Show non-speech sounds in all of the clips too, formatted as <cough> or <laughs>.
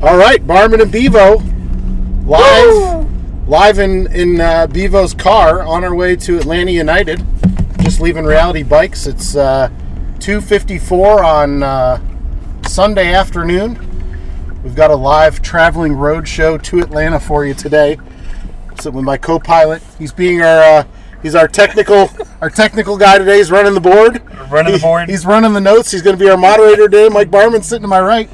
All right, Barman and Bevo, live, live in in uh, Bevo's car on our way to Atlanta United. Just leaving Reality Bikes. It's uh, two fifty four on uh, Sunday afternoon. We've got a live traveling road show to Atlanta for you today. Sitting with my co-pilot. He's being our uh, he's our technical our technical guy today. He's running the board. Running the board. He's running the notes. He's going to be our moderator today. Mike Barman's sitting to my right.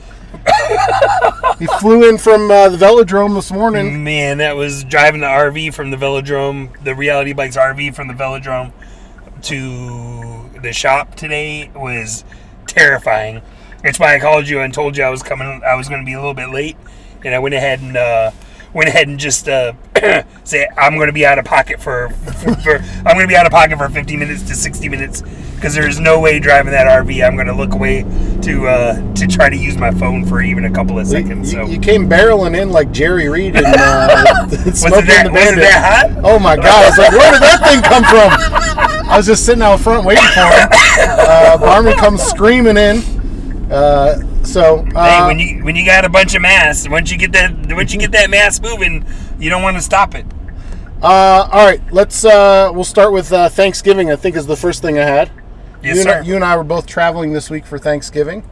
He flew in from uh, the velodrome this morning. Man, that was driving the RV from the velodrome, the Reality Bikes RV from the velodrome to the shop today was terrifying. That's why I called you and told you I was coming. I was going to be a little bit late, and I went ahead and uh, went ahead and just uh, <clears throat> say I'm going to be out of pocket for, for, for I'm going to be out of pocket for 50 minutes to 60 minutes because there's no way driving that RV I'm going to look away to uh, to try to use my phone for even a couple of You, seconds. So you came barreling in like Jerry Reed and uh, <laughs> Was Smoking it that, the was it Bandit. that hot? Oh my god! I was like, where did that thing come from? I was just sitting out front waiting for him. Uh, Barman comes screaming in. Uh, so uh, hey, when you when you got a bunch of mass, once you get that once you get that mass moving, you don't want to stop it. uh, all right, let's. Uh, we'll start with uh, Thanksgiving. I think is the first thing I had. Yes, you, sir. And I, you and I were both traveling this week for Thanksgiving.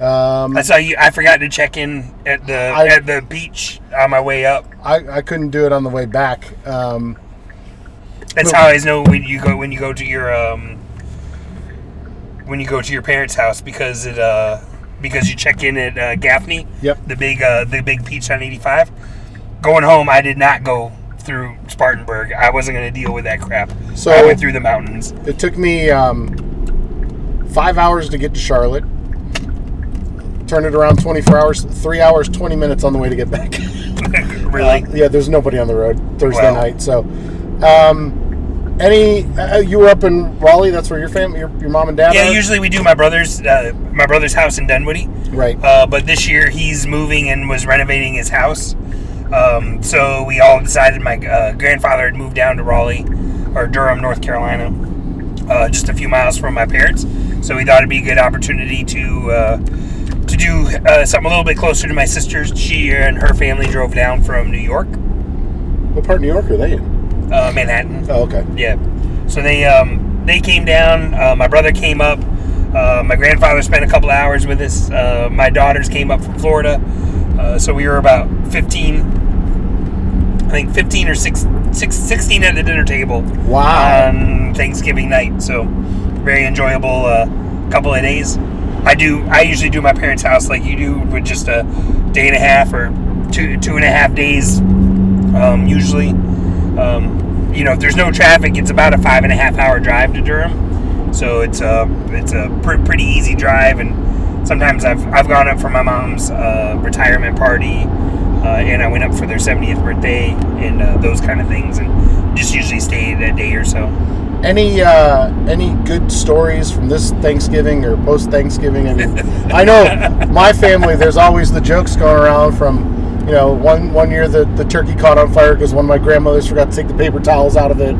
Um, I saw you. I forgot to check in at the I- at the beach on my way up. I, I couldn't do it on the way back. Um, That's how I always know when you go when you go to your um when you go to your parents' house because it uh because you check in at uh, Gaffney. Yep. The big uh, the big beach on eighty five. Going home, I did not go through Spartanburg. I wasn't going to deal with that crap. So- I went through the mountains. It took me um, five hours to get to Charlotte. Turned it around 24 hours, three hours, 20 minutes on the way to get back. <laughs> really. yeah, there's nobody on the road Thursday Wow. night. So, um, any, uh, you were up in Raleigh. That's where your family, your, your mom and dad Yeah, are? usually we do my brother's uh, my brother's house in Dunwoody, Right. uh, but this year he's moving and was renovating his house. Um, so we all decided my uh, grandfather had moved down to Raleigh or Durham, North Carolina, uh, just a few miles from my parents. So we thought it'd be a good opportunity to uh, to do uh, something a little bit closer to my sisters. She and her family drove down from New York, what part of New York are they in? uh, Manhattan. Oh, okay. Yeah. So they um, they came down. Uh, my brother came up. Uh, my grandfather spent a couple hours with us. Uh, my daughters came up from Florida. Uh, so we were about 15, I think 15 or six, six, 16 at the dinner table Wow. on Thanksgiving night. So very enjoyable uh, couple of days. I do. I usually do my parents' house like you do with just a day and a half or two two and a half days. Um, usually, um, you know, if there's no traffic, it's about a five and a half hour drive to Durham. So it's a it's a pr- pretty easy drive, and sometimes I've I've gone up for my mom's uh, retirement party. Uh, and I went up for their 70th birthday and uh, those kind of things, and just usually stayed a day or so. any uh, any good stories from this Thanksgiving or post Thanksgiving? I mean, I know my family. There's always the jokes going around from you know one one year the, the turkey caught on fire because one of my grandmothers forgot to take the paper towels out of it.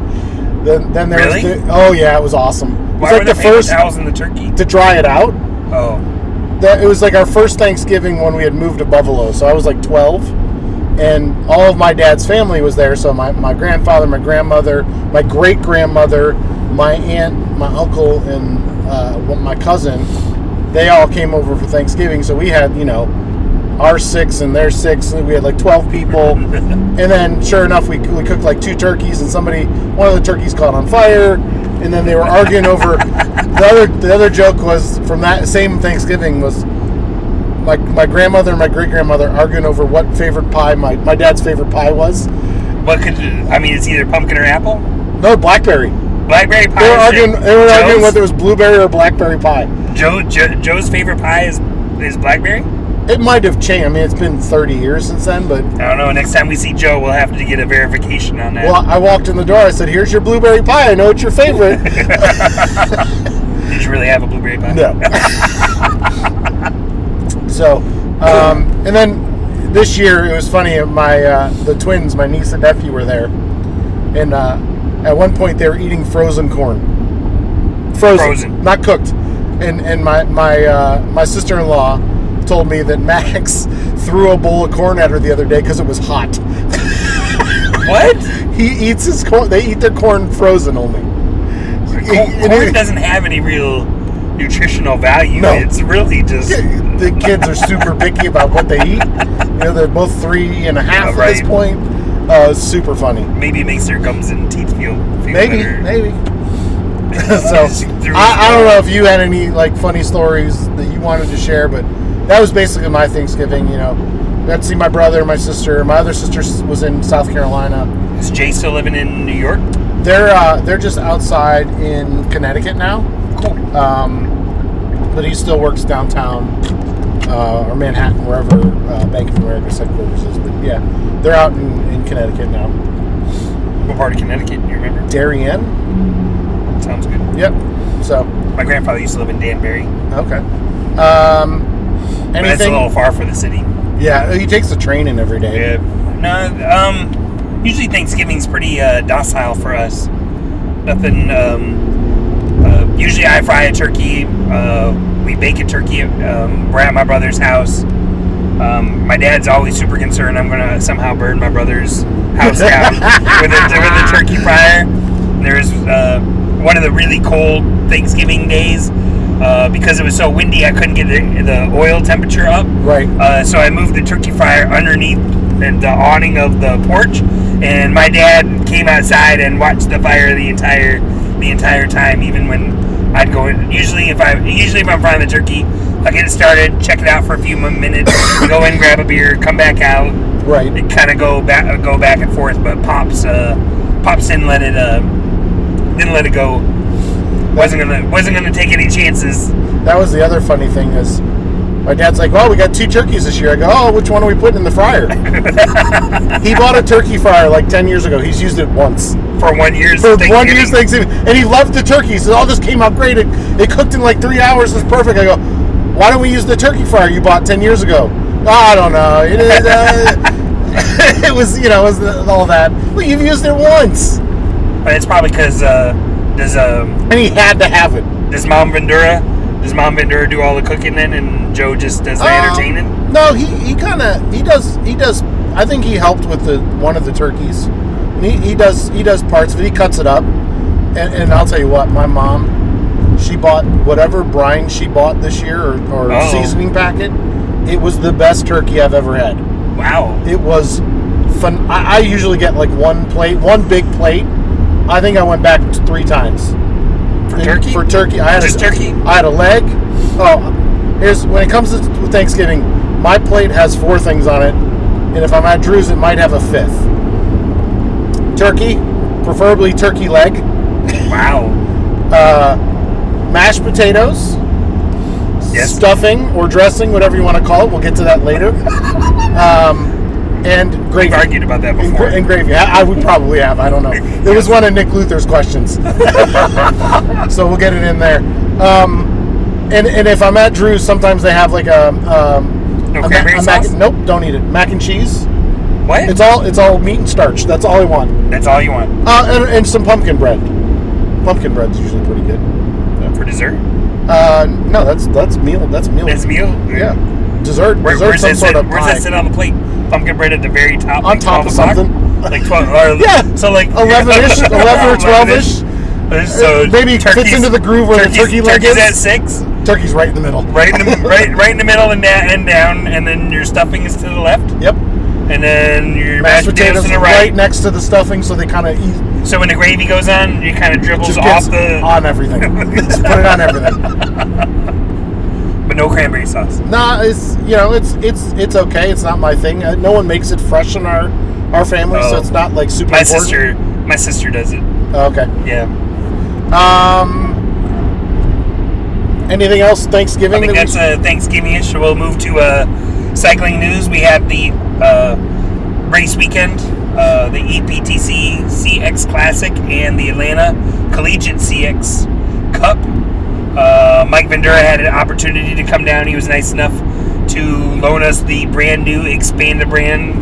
Then then there Really? was the, oh yeah it was awesome. It was Why like were the the paper first towels in the turkey? to dry it out. Oh, That it was like our first Thanksgiving when we had moved to Buffalo. So I was like 12. And all of my dad's family was there. So my, my grandfather, my grandmother, my great grandmother, my aunt, my uncle, and uh, one- my cousin, they all came over for Thanksgiving. So we had, you know, our six and their six. And we had like 12 people. and then sure enough, we, we cooked like two turkeys, and somebody, one of the turkeys caught on fire. And then they were arguing over the other. The other joke was from that same Thanksgiving was my, my grandmother and my great grandmother arguing over what favorite pie my, my dad's favorite pie was. what could I mean? It's either pumpkin or apple. No, blackberry. Blackberry pie. They were is arguing. shit. They were arguing Joe's- whether it was blueberry or blackberry pie. Joe, Joe Joe's favorite pie is is blackberry. It might have changed. I mean, it's been 30 years since then, but I don't know. Next time we see Joe, we'll have to get a verification on that. well, I walked in the door. I said, "Here's your blueberry pie. I know it's your favorite." Did you really have a blueberry pie? No. so, um, and then this year it was funny. My uh, the twins, my niece and nephew, were there, and uh, at one point they were eating frozen corn, frozen, Frozen. not cooked. And and my my uh, my sister in law told me that <laughs> Max threw a bowl of corn at her the other day because it was hot. <laughs> What? He eats his corn. They eat their corn frozen only. Corn, It- corn it- doesn't have any real nutritional value. No. It's really <laughs> just the kids are super picky about what they eat. You know, they're both three and a half Yeah, at this right. point. Uh, it's super funny. maybe it makes their gums and teeth feel, feel Maybe, better. <laughs> maybe. so I, I don't know if you had any like funny stories that you wanted to share, but that was basically my Thanksgiving. You know, got to see my brother, my sister. My other sister s- was in South Carolina. Is Jay still living in New York? They're uh, they're just outside in Connecticut now. Cool. um, but he still works downtown uh, or Manhattan, wherever uh, Bank of America's headquarters is. But yeah, they're out in, in Connecticut now. What part of Connecticut? Do you remember? Darien. Sounds good. Yep. So My grandfather used to live in Danbury, okay. Um, but that's a anything? little far for the city. yeah, he takes the train in every day. Yeah. No. Um. Usually Thanksgiving's pretty uh, docile for us. Nothing. Um. Uh, usually I fry a turkey. Uh, we bake a turkey. Um, we're at my brother's house. Um, my dad's always super concerned I'm gonna somehow burn my brother's house down with a with a turkey fryer. There's uh, one of the really cold Thanksgiving days uh, because it was so windy. I couldn't get the, the oil temperature up. Right. Uh, so I moved the turkey fryer underneath the, the awning of the porch, and my dad came outside and watched the fire the entire the entire time, even when I'd go. In. Usually, if I usually if I'm frying the turkey, I get it started, check it out for a few mo- minutes, <coughs> go in, grab a beer, come back out, Right. and kind of go back go back and forth. But pops uh, pops didn't let it uh, didn't let it go. wasn't gonna wasn't gonna take any chances. That was the other funny thing is. My dad's like, well, we got two turkeys this year. I go, oh, which one are we putting in the fryer? he bought a turkey fryer like 10 years ago. He's used it once. For one year's for one Thanksgiving. year's Thanksgiving, and he loved the turkey. He said, "All this came out great. It, it cooked in like three hours. It's perfect." I go, "Why don't we use the turkey fryer you bought ten years ago?" "Oh, I don't know. It, is, uh, <laughs> it was, you know, it was the- all that. Well, you've used it once, But it's probably because uh, does um and he had to have it. does Mom Vendura does Mom Vendura do all the cooking then, and Joe just does the Um, entertaining? No, he, he kind of he does he does. I think he helped with the one of the turkeys. And he, he does he does parts of it. He cuts it up, and, and I'll tell you what, my mom, she bought whatever brine she bought this year or, or Oh. seasoning packet. It was the best turkey I've ever had. Wow, It was fun. I, I usually get like one plate, one big plate. I think I went back t- three times for in- turkey? For turkey, I had Just a, turkey? I had a leg. Oh, here's when it comes to Thanksgiving. My plate has four things on it, and if I'm at Drew's, it might have a fifth. Turkey, preferably turkey leg, wow, uh, mashed potatoes, Yes. stuffing or dressing, whatever you want to call it. We'll get to that <laughs> later. um, and we've gravy. argued about that And, before. gra- and gravy. I, I would probably have. I don't know. It was one of Nick Luther's questions. <laughs> so we'll get it in there. Um, and, and if I'm at Drew's, sometimes they have like a. Um, No a cranberry a mac- sauce? Nope, don't eat it. Mac and cheese. what? It's all it's all meat and starch. That's all I want. That's all you want Uh, and, and some pumpkin bread. Pumpkin bread's usually pretty good. for dessert? Uh, no, that's that's meal. That's meal. That's meal. yeah, dessert. Where, dessert. where's Some that sort sit? of Where's pie. that sit on the plate? Pumpkin bread at the very top. On like top 12 of o'clock? something. Like twelve. Or, <laughs> Yeah. So like <laughs> 11-ish, 11 or 12-ish. 11-ish. So Maybe it fits turkey's- into the groove where the turkey's- turkey leg turkey's is. at six. Turkey's right in the middle. right in the <laughs> right, right in the middle and down, and down, and then your stuffing is to the left, Yep. and then your Mashed potatoes to the right right. next to the stuffing, so they kind of eat So when the gravy goes on, it kind of dribbles just off gets the, on everything. just put it on everything. <laughs> but no cranberry sauce. Nah, it's you know it's it's it's okay. It's not my thing. Uh, no one makes it fresh in our our family, so Oh. it's not like super. My important. Oh, sister, my sister does it. Okay. Yeah, Um. Anything else Thanksgiving? I think that that's we- uh, Thanksgiving-ish. So we'll move to uh, cycling news. We have the uh, race weekend, uh, the EPTC CX Classic, and the Atlanta Collegiate CX Cup. Uh, Mike Vendura had an opportunity to come down. He was nice enough to loan us the brand new expand the brand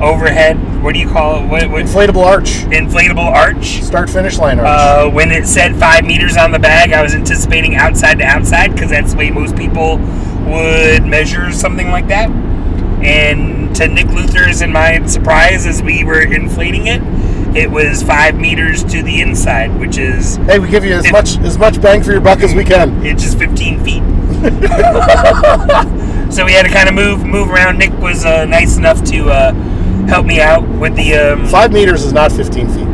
overhead. What do you call it? What, what Inflatable arch. inflatable arch? Start finish line arch. Uh, when it said five meters on the bag, I was anticipating outside to outside because that's the way most people would measure something like that. And to Nick Luther's and my surprise, as we were inflating it, it was five meters to the inside, which is hey, we give you as much as much bang for your buck as we can. it's just 15 feet. <laughs> so we had to kind of move move around. Nick was uh, nice enough to uh, help me out with the um, Five meters is not 15 feet.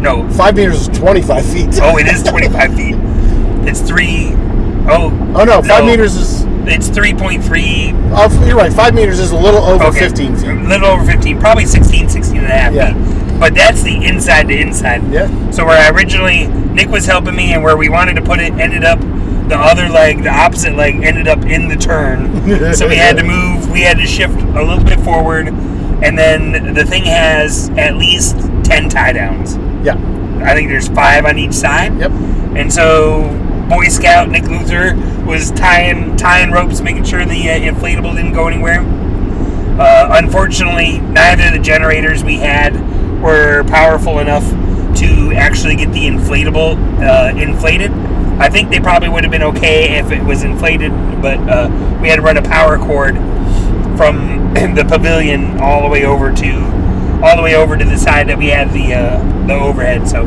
no Five meters is 25 feet. Oh, it is 25 feet. It's three oh Oh no, five No. meters is. It's 3.3. Oh, you're right. Five meters is a little over Okay. 15 feet. A little over 15. Probably 16, 16 and a half Yeah. feet. But that's the inside to inside. Yeah. So where I originally, Nick was helping me and where we wanted to put it ended up, the other leg, the opposite leg ended up in the <laughs> turn. so we had to move, we had to shift a little bit forward. And then the thing has at least 10 tie downs. Yeah. I think there's five on each side. Yep. And so Boy Scout Nick Luther was tying tying ropes, making sure the uh, inflatable didn't go anywhere. Uh, unfortunately, neither of the generators we had were powerful enough to actually get the inflatable uh, inflated. I think they probably would have been okay if it was inflated, but uh, we had to run a power cord from <clears throat> the pavilion all the way over to all the way over to the side that we had the uh, the overhead. So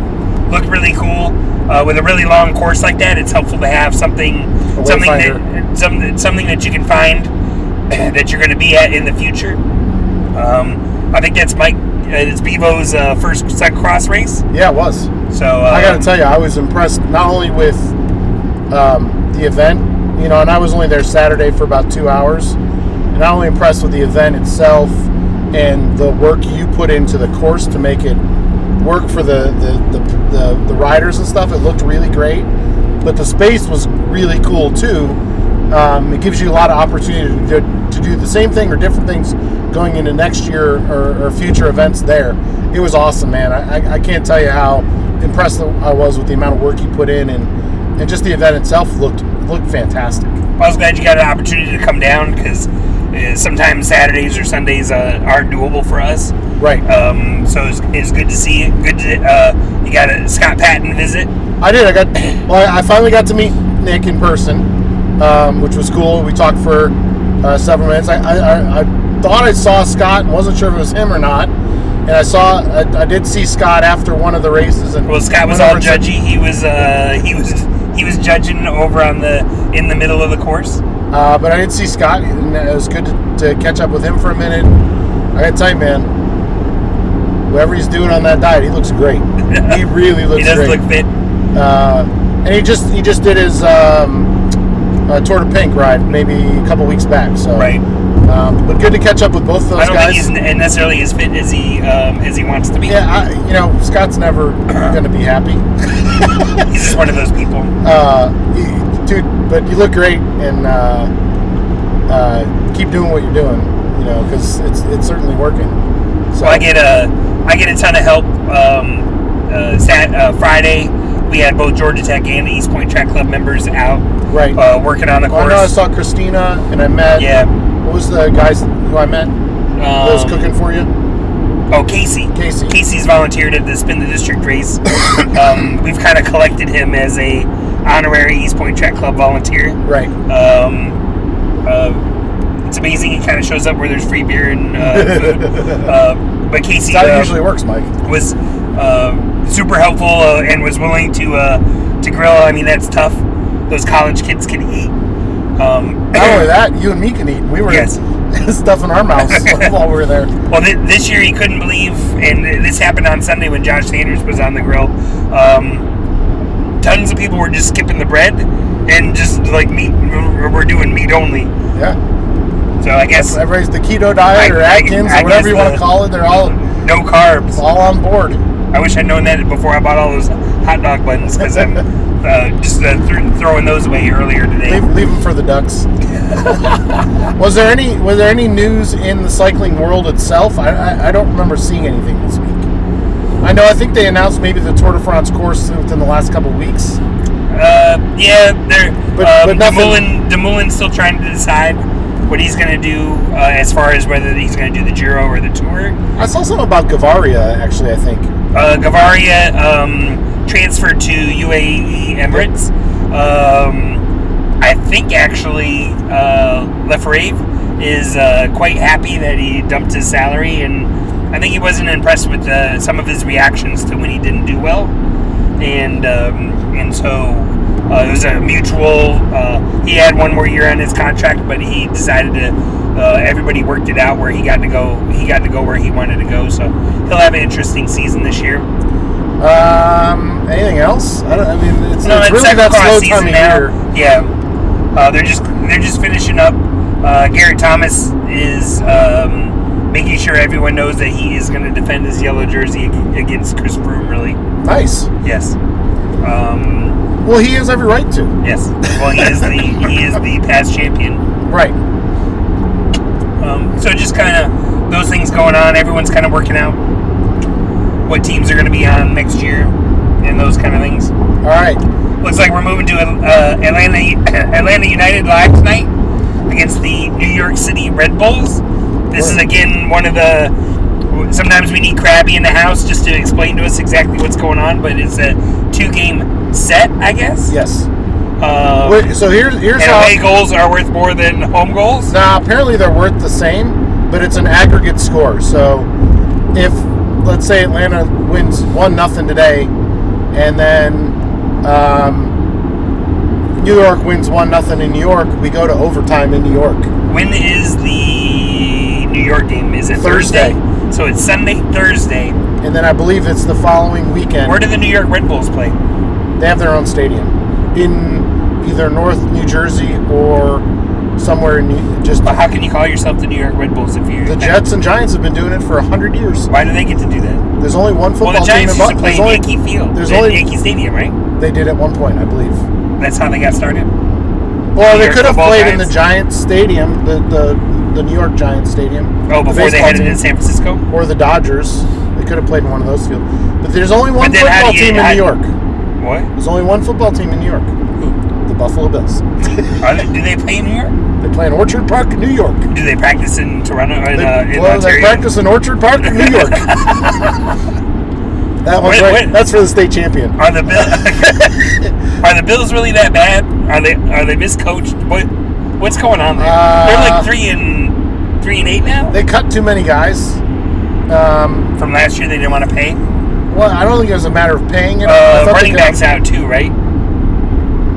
looked really cool. Uh, with a really long course like that, it's helpful to have something something that some, something that you can find <clears throat> that you're going to be at in the future. Um, I think that's Mike. uh, It's Bevo's uh, first sec- cross race. Yeah, it was. So uh, I got to tell you, I was impressed not only with um, the event, you know, and I was only there Saturday for about two hours, and not only impressed with the event itself and the work you put into the course to make it work for the the, the, the, the riders and stuff. It looked really great, but the space was really cool too. Um, it gives you a lot of opportunity to, do- to do the same thing or different things going into next year or, or future events there. It was awesome, man. I, I, I can't tell you how impressed I was with the amount of work you put in, and, and just the event itself looked looked fantastic. I was glad you got an opportunity to come down because uh, sometimes Saturdays or Sundays uh, aren't doable for us. Right. Um, so it's it's good to see you. Good to uh, you got a Scott Patton visit. I did. I got. Well, I finally got to meet Nick in person, um, which was cool. We talked for uh, several minutes. I, I, I, I thought I saw Scott and wasn't sure if it was him or not. And I saw. I, I did see Scott after one of the races. And Well, Scott was went all over to- judgy. He was uh, he was he was judging over on the in the middle of the course. Uh, but I did see Scott, and it was good to, to catch up with him for a minute. I got to tell you, man. Whatever he's doing on that diet, he looks <laughs> great. He really looks he does great. look fit. uh, and he just he just did his um, uh, Tour de Pink ride maybe a couple weeks back. So Right. um, but good to catch up with both of those I don't guys. think he's ne- necessarily as fit as he um, as he wants to be. yeah, I, you know Scott's <clears throat> never going to be happy, He's just one of those people. uh, he- dude. But you look great, and uh, uh, keep doing what you're doing. You know, because it's it's certainly working. So Well, I get a I get a ton of help. Um, uh, sat, uh, Friday, we had both Georgia Tech and East Point Track Club members out right. uh, working on the Well, Oh, I know I course. saw Christina, and I met. Yeah. What was the guys who I met? that was Um, cooking for you, Oh, Casey. Casey. Casey's volunteered at the Spin the <coughs> District race. um, we've kind of collected him as a honorary East Point Track Club volunteer. Right. Um, uh, it's amazing. He kind of shows up where there's free beer and uh, food. <laughs> Uh, but Casey That's how uh, it usually works, Mike. was uh, super helpful uh, and was willing to uh, to grill. I mean, that's tough. Those college kids can eat. Um, Not only that, you and me can eat. We were Yes. <laughs> stuffing our <laughs> mouths while we were there. <clears throat> Well, th- this year he couldn't believe, and this happened on Sunday when Josh Sanders was on the grill. Um, tons of people were just skipping the bread and just like meat. We're we're doing meat only. Yeah, So I guess everybody's the keto diet I- or I- Atkins I or whatever guess you want the- to call it. They're all no carbs. all on board. I wish I'd known that before I bought all those hot dog buttons because I'm uh, just uh, thr throwing those away earlier today. Leave, leave them for the <laughs> ducks. was there any was there any news in the cycling world itself? I, I, I don't remember seeing anything this week. I know. I think they announced maybe the Tour de France course within the last couple of weeks. Uh, yeah, they're But- um, but nothing- Dumoulin, Dumoulin's still trying to decide what he's going to do uh, as far as whether he's going to do the Giro or the Tour. I saw something about Gavaria, actually, I think. Uh, Gavaria um, transferred to UAE Emirates. Um, I think actually uh, Lefebvre is uh, quite happy that he dumped his salary, and I think he wasn't impressed with uh, some of his reactions to when he didn't do well, and um, and so uh, it was a mutual. Uh, he had one more year on his contract, but he decided to. Uh, everybody worked it out where he got to go. He got to go where he wanted to go. So he'll have an interesting season this year. Um, anything else? I, don't, I mean, it's, No, it's it's really second that cross slow season time of now. year. Yeah, uh, they're just they're just finishing up. Uh, Garrett Thomas is um, making sure everyone knows that he is going to defend his yellow jersey ag- against Chris Broome. Really, Nice. yes, um, Well, he has every right to. yes. Well, he is the he is the past champion. Right. Um, so just kind of those things going on. Everyone's kind of working out what teams are going to be on next year and those kind of things. All right. Looks like we're moving to uh, Atlanta <clears throat> Atlanta United live tonight against the New York City Red Bulls. This is again one of the. Sometimes we need Krabby in the house just to explain to us exactly what's going on, but it's a two-game set, I guess. Yes. Uh, Wait, so here's here's and how. away goals are worth more than home goals. Now, apparently they're worth the same, but it's an aggregate score. So if, let's say, Atlanta wins 1 nothing today, and then um, New York wins 1 nothing in New York, we go to overtime in New York. When is the New York game? Is it Thursday. Thursday? So it's Sunday, Thursday. And then I believe it's the following weekend. Where do the New York Red Bulls play? they have their own stadium in either North New Jersey or somewhere in New, just But how can you call yourself the New York Red Bulls if you're the Jets and Giants have been doing it for 100 years. Why do they get to do that? There's only one football Well, the Giants team used in Bo- to play there's in only- Yankee Field, there's in only- Yankee Stadium, right? They did at one point, I believe. That's how they got started. Well, New they York could have football played in Giants. the Giants Stadium, the, the the New York Giants Stadium. Oh, the before they baseball headed team, to San Francisco. or the Dodgers. They could have played in one of those fields. But there's only one then how football do you- team in how- New York. What? There's only one football team in New York. Who? The Buffalo Bills. Are they, do they play in New York? They play in Orchard Park, New York. Do they practice in Toronto or in, They, uh, in well, they Ontario? practice in Orchard Park, New <laughs> York. that one's Wait, right. wait. That's for the state champion. Are the Bills <laughs> Are the Bills really that bad? Are they Are they miscoached? What What's going on there? They're Uh, like three and three and eight now. They cut too many guys. Um, From last year, they didn't want to pay. well, Uh, I don't think it was a matter of paying it. I Uh, thought they running cut backs out too, right?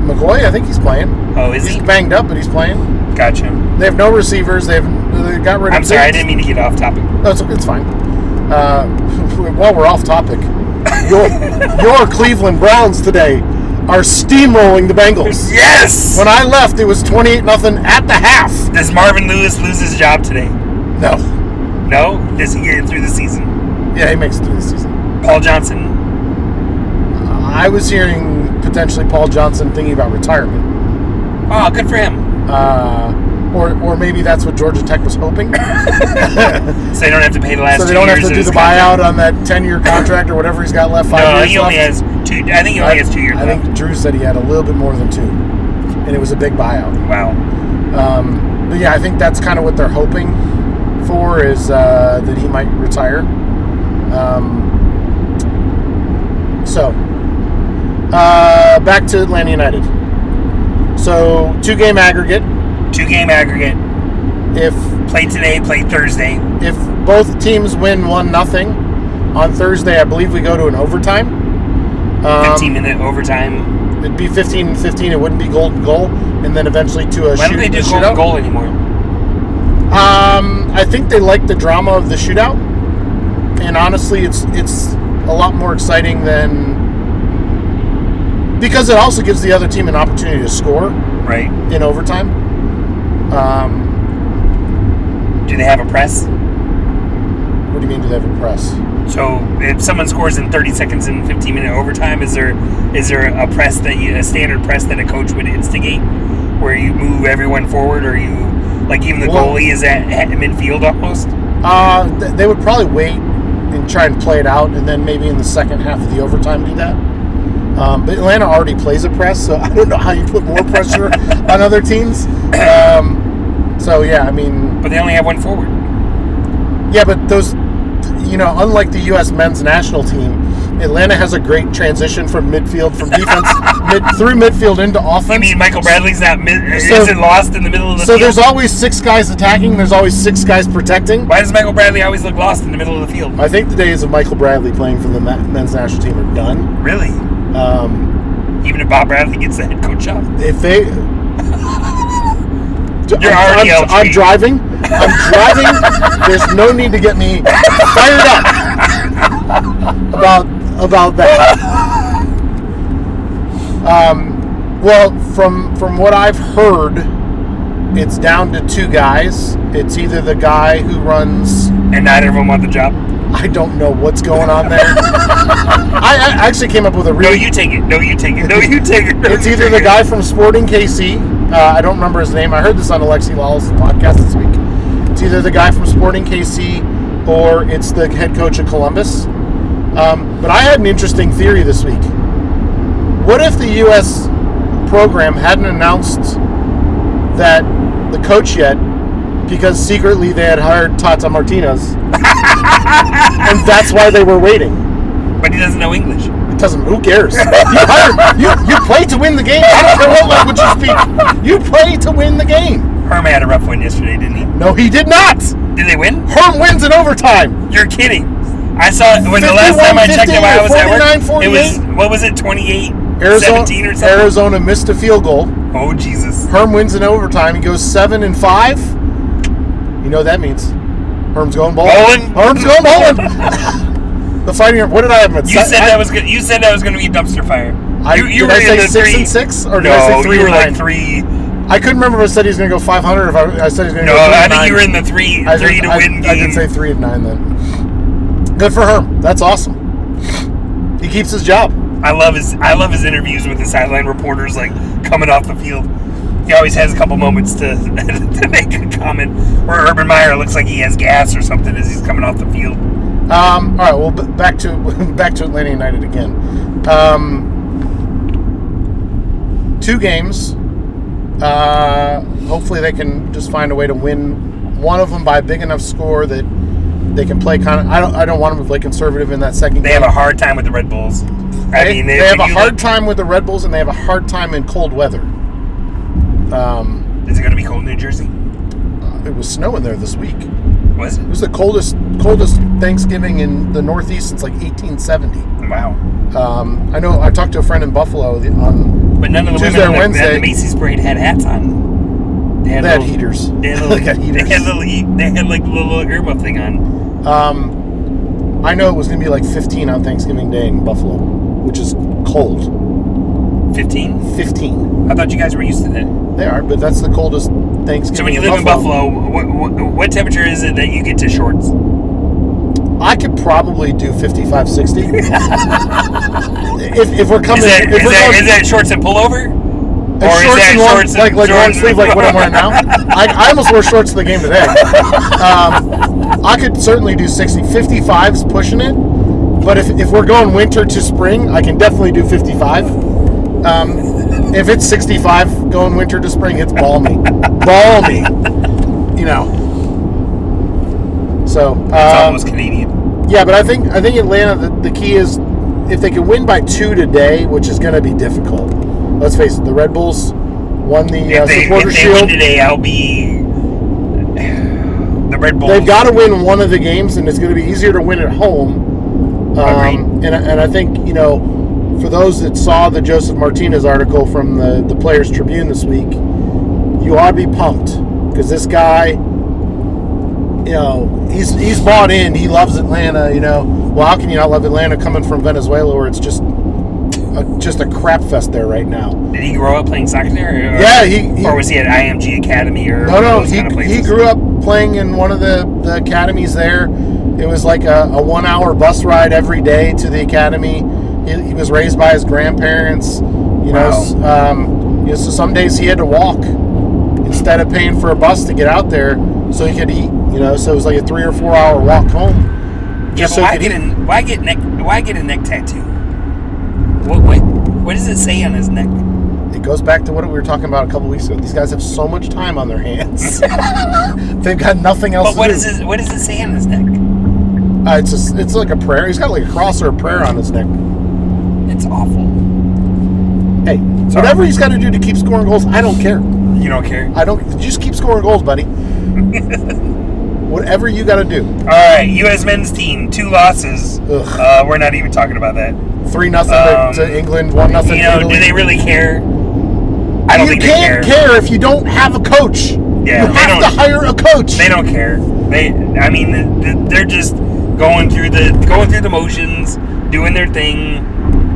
McCoy, I think he's playing. Oh, is He's he? banged up, but he's playing. Gotcha. They have no receivers. They've they got rid of. I'm sorry, I Diggs. didn't mean to get off topic. No, it's, it's fine. Uh, <laughs> while we're off topic, your <laughs> your Cleveland Browns today are steamrolling the Bengals. Yes. When I left, it was twenty eight nothing at the half. Does Marvin Lewis lose his job today? No, No? Does he get it through the season? yeah, he makes it through the season. Paul Johnson. I was hearing potentially Paul Johnson thinking about retirement, Oh, good for him. uh, or or maybe that's what Georgia Tech was <coughs> hoping, So they don't have to pay the last so they two don't have years to of do his the contract. buyout on that ten year contract or whatever he's got left. Five No, years he left. only has two. I think he only has two years I left. think Drew said he had a little bit more than two, and it was a big buyout. Wow. Um, but yeah, I think that's kind of what they're hoping for is uh, that he might retire. Um, so uh, back to Atlanta United. So two game aggregate. Two game aggregate. If Play today, play Thursday. if both teams win one nothing on Thursday, I believe we go to an overtime. Um, 15 minute overtime. It'd be 15 15. It wouldn't be goal to goal, and then eventually to a Why shoot- don't they do a goal shootout. to goal anymore? Um, I think they like the drama of the shootout, and honestly, it's it's a lot more exciting than because it also gives the other team an opportunity to score Right. in overtime. Um, Do they have a press? what do you mean? Do they have a press? So if someone scores in 30 seconds in 15 minute overtime, is there is there a press that you a standard press that a coach would instigate, where you move everyone forward, or you like even the Well- goalie is at, at midfield almost? Uh, th- they would probably wait and try and play it out, and then maybe in the second half of the overtime do that. Um, but Atlanta <laughs> already plays a press, so I don't know how you put more pressure on other teams. Um, So yeah, I mean, but they only have one forward. yeah, but those, you know, unlike the U.S. men's national team, Atlanta has a great transition from midfield, from <laughs> defense mid, through midfield into offense. I mean, Michael Bradley's not mi- So- isn't lost in the middle of the So field. there's always six guys attacking. There's always six guys protecting. Why does Michael Bradley always look lost in the middle of the field? I think the days of Michael Bradley playing for the ma- men's national team are done. Really? Um, Even if Bob Bradley gets the head coach job, if <laughs> they, You're I'm, already I'm, out, I'm Pete. driving. I'm driving. There's no need to get me fired up about about that. Um, well, from from what I've heard, it's down to two guys. It's either the guy who runs and not everyone want the job. I don't know what's going on <laughs> there. I, I actually came up with a No, really. you take it. No, you take it. No, you take it. No, it's you either take the it. guy from Sporting KC. Uh, I don't remember his name. I heard this on Alexi Lawless' podcast this week. It's either the guy from Sporting KC or it's the head coach of Columbus. Um, but I had an interesting theory this week. What if the U.S. program hadn't announced that the coach yet because secretly they had hired Tata Martinez? and that's why they were waiting. But he doesn't know English. It doesn't. Who cares? You, hired, you you play to win the game. I don't care what language you speak. You play to win the game. Herm had a rough win yesterday, didn't he? No, he did not. Did they win? Herm wins in overtime. You're kidding. I saw it when the last time I checked it, while I was at work. It 51, 58. was what was it, 28, Arizona, 17 or something? Arizona missed a field goal. Oh Jesus! Herm wins in overtime. He goes seven and five. You know what that means? Herm's going bowling. Bowling. Herm's going bowling. the fighting. Herm. What did I have? him at You se- said I- that was good. You said that was going to be a dumpster fire. I- you you did I were say in the six three, and six, or did no, I say three you or were nine? like three. No, I couldn't remember if I said he was going to go 500. If I, I said he was going to go. three I think and nine. you were in the three, I three did, to I- win game. I did say three and nine then. Good for Herm. That's awesome. He keeps his job. I love his I love his interviews with the sideline reporters, like coming off the field. He always has a couple moments to <laughs> to make a comment where Urban Meyer looks like he has gas or something as he's coming off the field. Um, all right. Well, b- back to <laughs> back to Atlanta United again. Um, two games. Uh, hopefully, they can just find a way to win one of them by a big enough score that they can play kind of. I don't. I don't want them to play conservative in that second They game. have a hard time with the Red Bulls. I they, mean, they have a when you hard look- time with the Red Bulls, and they have a hard time in cold weather. Um, Is it going to be cold in New Jersey? It was snowing there this week. It Was it? was the coldest coldest Thanksgiving in the Northeast since like 1870. Wow. Um, I know I talked to a friend in Buffalo the- on But none of the Tuesday or women that- that Wednesday. the Macy's parade had hats on. They they had little- heaters. <laughs> They had, They little, had heaters. They had, little, e- they had like little earmuff thing on. Um, I know it was gonna be like 15 on Thanksgiving Day in Buffalo, which is cold. 15? 15. I thought you guys were used to that. They are, but that's the coldest Thanksgiving. So when you live in Buffalo, what, what, what temperature is it that you get to shorts? I could probably do 55, <laughs> 60. if, if we're coming, if we're Is that, is, that, going- is that shorts and pullover? Like Or is shorts that and long, shorts and- like like long shorts and- sleeve, like what I'm wearing now. <laughs> I, I almost wore shorts to the game today. Um, I could certainly do 60. 55's pushing it, but if, if we're going winter to spring, I can definitely do 55. Um, if it's 65 going winter to spring, it's balmy, balmy. You know. So um, It's almost Canadian. yeah, but I think I think Atlanta. The, the key is if they can win by two today, which is going to be difficult. Let's face it, the Red Bulls won the uh, if they, supporter if they win shield. today, I'll be the Red Bulls. They've got to win one of the games, and it's going to be easier to win at home. Agreed. Um, and I- and I think you know, for those that saw the Joseph Martinez article from the the Players Tribune this week, you ought to be pumped because this guy. You know, he's he's bought in. He loves Atlanta. You know, well, how can you not love Atlanta coming from Venezuela, where it's just a, just a crap fest there right now? Did he grow up playing soccer? Or, Yeah, he- he- or was he at IMG Academy or No, no, those he, kind of places? he grew up playing in one of the, the academies there. It was like a, a one hour bus ride every day to the academy. He, he was raised by his grandparents. You know, Wow. s- um, you know, so some days he had to walk instead of paying for a bus to get out there so he could eat. You know, so it was like a three or four hour walk home. Yeah, Just but so why it get could- a why get neck why get a neck tattoo? What what what does it say on his neck? it goes back to what we were talking about a couple weeks ago. These guys have so much time on their <laughs> hands. <laughs> They've got nothing else But to what do. is it? What does it say on his neck? Uh, it's just, it's like a prayer. He's got like a cross or a prayer on his neck. It's awful. Hey, Sorry. whatever he's got to do to keep scoring goals, I don't care. You don't care. I don't just keep scoring goals, <laughs> buddy. whatever you got to do. All right, U.S. men's team, two losses. Ugh. Uh, we're not even talking about that. Three nothing Um, to, to England. One nothing. you know, to Italy. do they really care? I don't you think can't they care. care. if you don't have a coach. Yeah, you they have don't- to hire a coach. They don't care. They, I mean, th- th- they're just going through the going through the motions, doing their thing.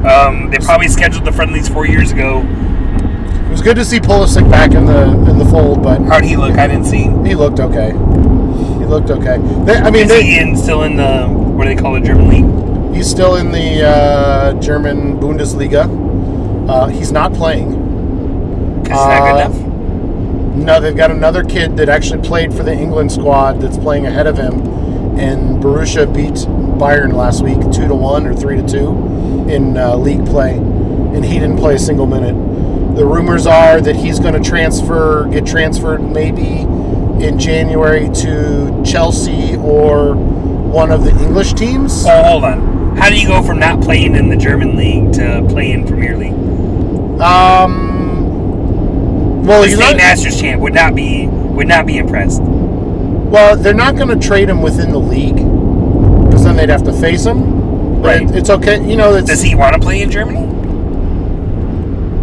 Um, they probably scheduled the friendlies four years ago. It was good to see Pulisic back in the in the fold, but How'd he look? I didn't see. he looked okay. He looked okay. They, I mean, Is they, he in, still in the what do they call the German league? he's still in the uh, German Bundesliga. Uh, he's not playing. 'Cause he's not Uh, good enough. No, they've got another kid that actually played for the England squad that's playing ahead of him. And Borussia beat Bayern last week, two to one or three to two, in uh, league play, and he didn't play a single minute. The rumors are that he's going to transfer, get transferred maybe in January to Chelsea or one of the English teams. Oh, hold on. How do you go from not playing in the German league to playing Premier League? Um, well, The he's state not, masters champ would not be would not be impressed. Well, they're not going to trade him within the league because then they'd have to face him. But Right. It's okay. You know, Does it's. he want to play in Germany?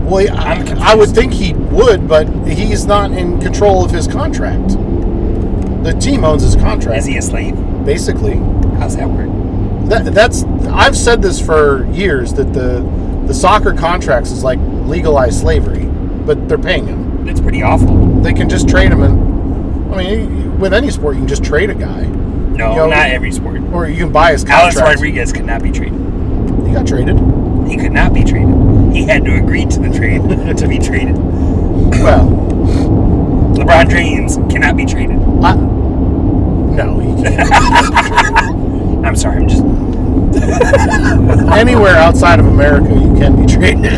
Well, I'm I, confused. I would think he would, but he's not in control of his contract. The team owns his contract, Is he a slave? basically. How's that work? That, that's. I've said this for years that the the soccer contracts is like legalized slavery, but they're paying him. That's pretty awful. They can just trade him, and I mean, with any sport, you can just trade a guy, No, Yo. not every sport. or you can buy his Alex contract. Rodriguez could not be traded. He got traded. He could not be traded. He had to agree to the trade <laughs> to be traded. Well. LeBron James cannot be traded. I, no, he can't. I'm sorry. I'm just. <laughs> Anywhere outside of America, you can be <laughs> traded.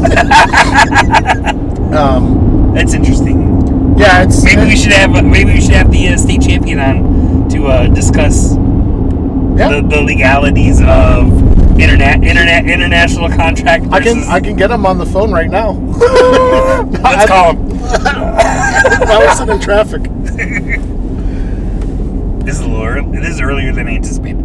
um, That's interesting. yeah, it's Maybe we should have maybe we should have the uh, state champion on to uh, discuss yeah, the, the legalities of internet internet international contract. I can versus- I can get him on the phone right now. <laughs> <laughs> Let's call him. I was sitting in traffic. This is a little early. This is earlier than I anticipated.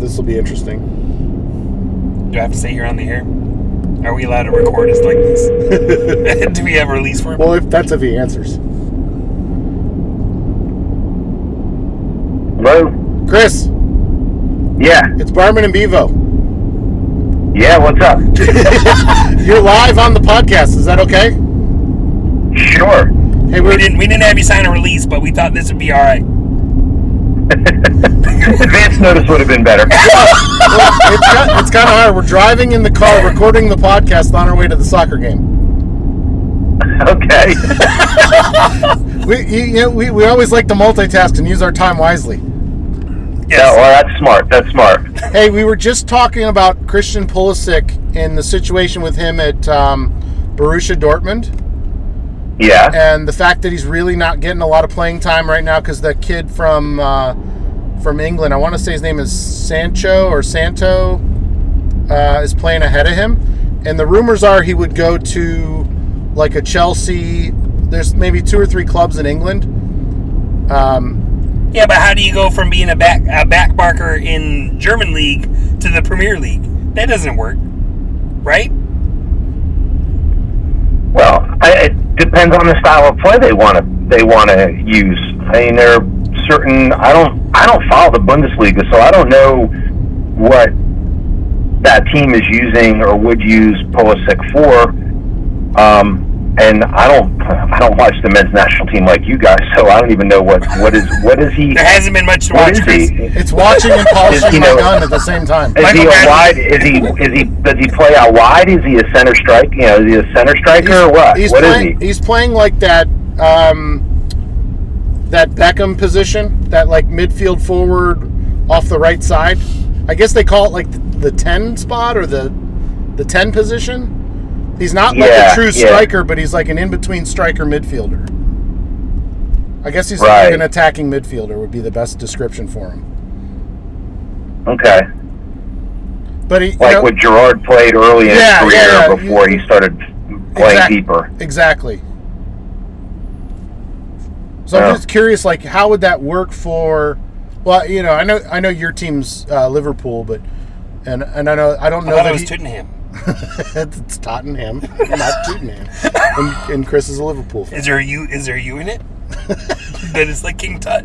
This will be <laughs> interesting. Do I have to say you're on the air? Are we allowed to record us like this? <laughs> Do we have a release for Well, if that's if he answers, Hello? Chris, Yeah. it's Barman and Bevo. Yeah, what's up? You're live on the podcast. Is that okay? Sure. Hey, We we're didn't we didn't have you sign a release, but we thought this would be all right. Advance notice would have been better. <laughs> <laughs> it's, got- it's kind of hard. We're driving in the car, recording the podcast on our way to the soccer game. Okay. We, you, you know, we, we always like to multitask and use our time wisely. Yeah, Yes. well, that's smart. That's smart. Hey, we were just talking about Christian Pulisic and the situation with him at um, Borussia Dortmund, Yeah. and the fact that he's really not getting a lot of playing time right now because the kid from uh, from England, I want to say his name is Sancho or Santo, uh, is playing ahead of him, and the rumors are he would go to like a Chelsea. There's maybe two or three clubs in England. Um, Yeah, but how do you go from being a back a back barker in German league to the Premier League? That doesn't work, right? Well, I, it depends on the style of play they want to they want to use. I mean, there are certain. I don't. I don't follow the Bundesliga, so I don't know what that team is using or would use Pulisic for. Um, and I don't. I don't watch the men's national team like you guys, so I don't even know what what is what is he. There hasn't been much to What watch, is Chris. he? Is It's watching <laughs> and polishing You my know- gun at the same time. Michael he Bradley. a wide? Is he? Is he? Does he play out wide? Is he a center strike? You know, is he a center striker or what? He's What is playing, he? He's playing like that, um, that Beckham position, that like midfield forward off the right side. I guess they call it like the, the ten spot or the the ten position. He's not like Yeah, a true yeah. striker, but he's like an in between striker midfielder. I guess he's like Right. an attacking midfielder would be the best description for him. Okay. But he you Like know- what Gerard played early Yeah, in yeah, his career yeah. before he started playing Exact- deeper. Exactly. So Yeah. I'm just curious, like, how would that work for? Well, you know, I know, I know your team's uh, Liverpool, but and and I know I don't I know thought that it was he- Tottenham. <laughs> it's Tottenham, not Tottenham, and, and Chris is a Liverpool fan. Is there a U? Is there a U in it? <laughs> then it's like King Tut.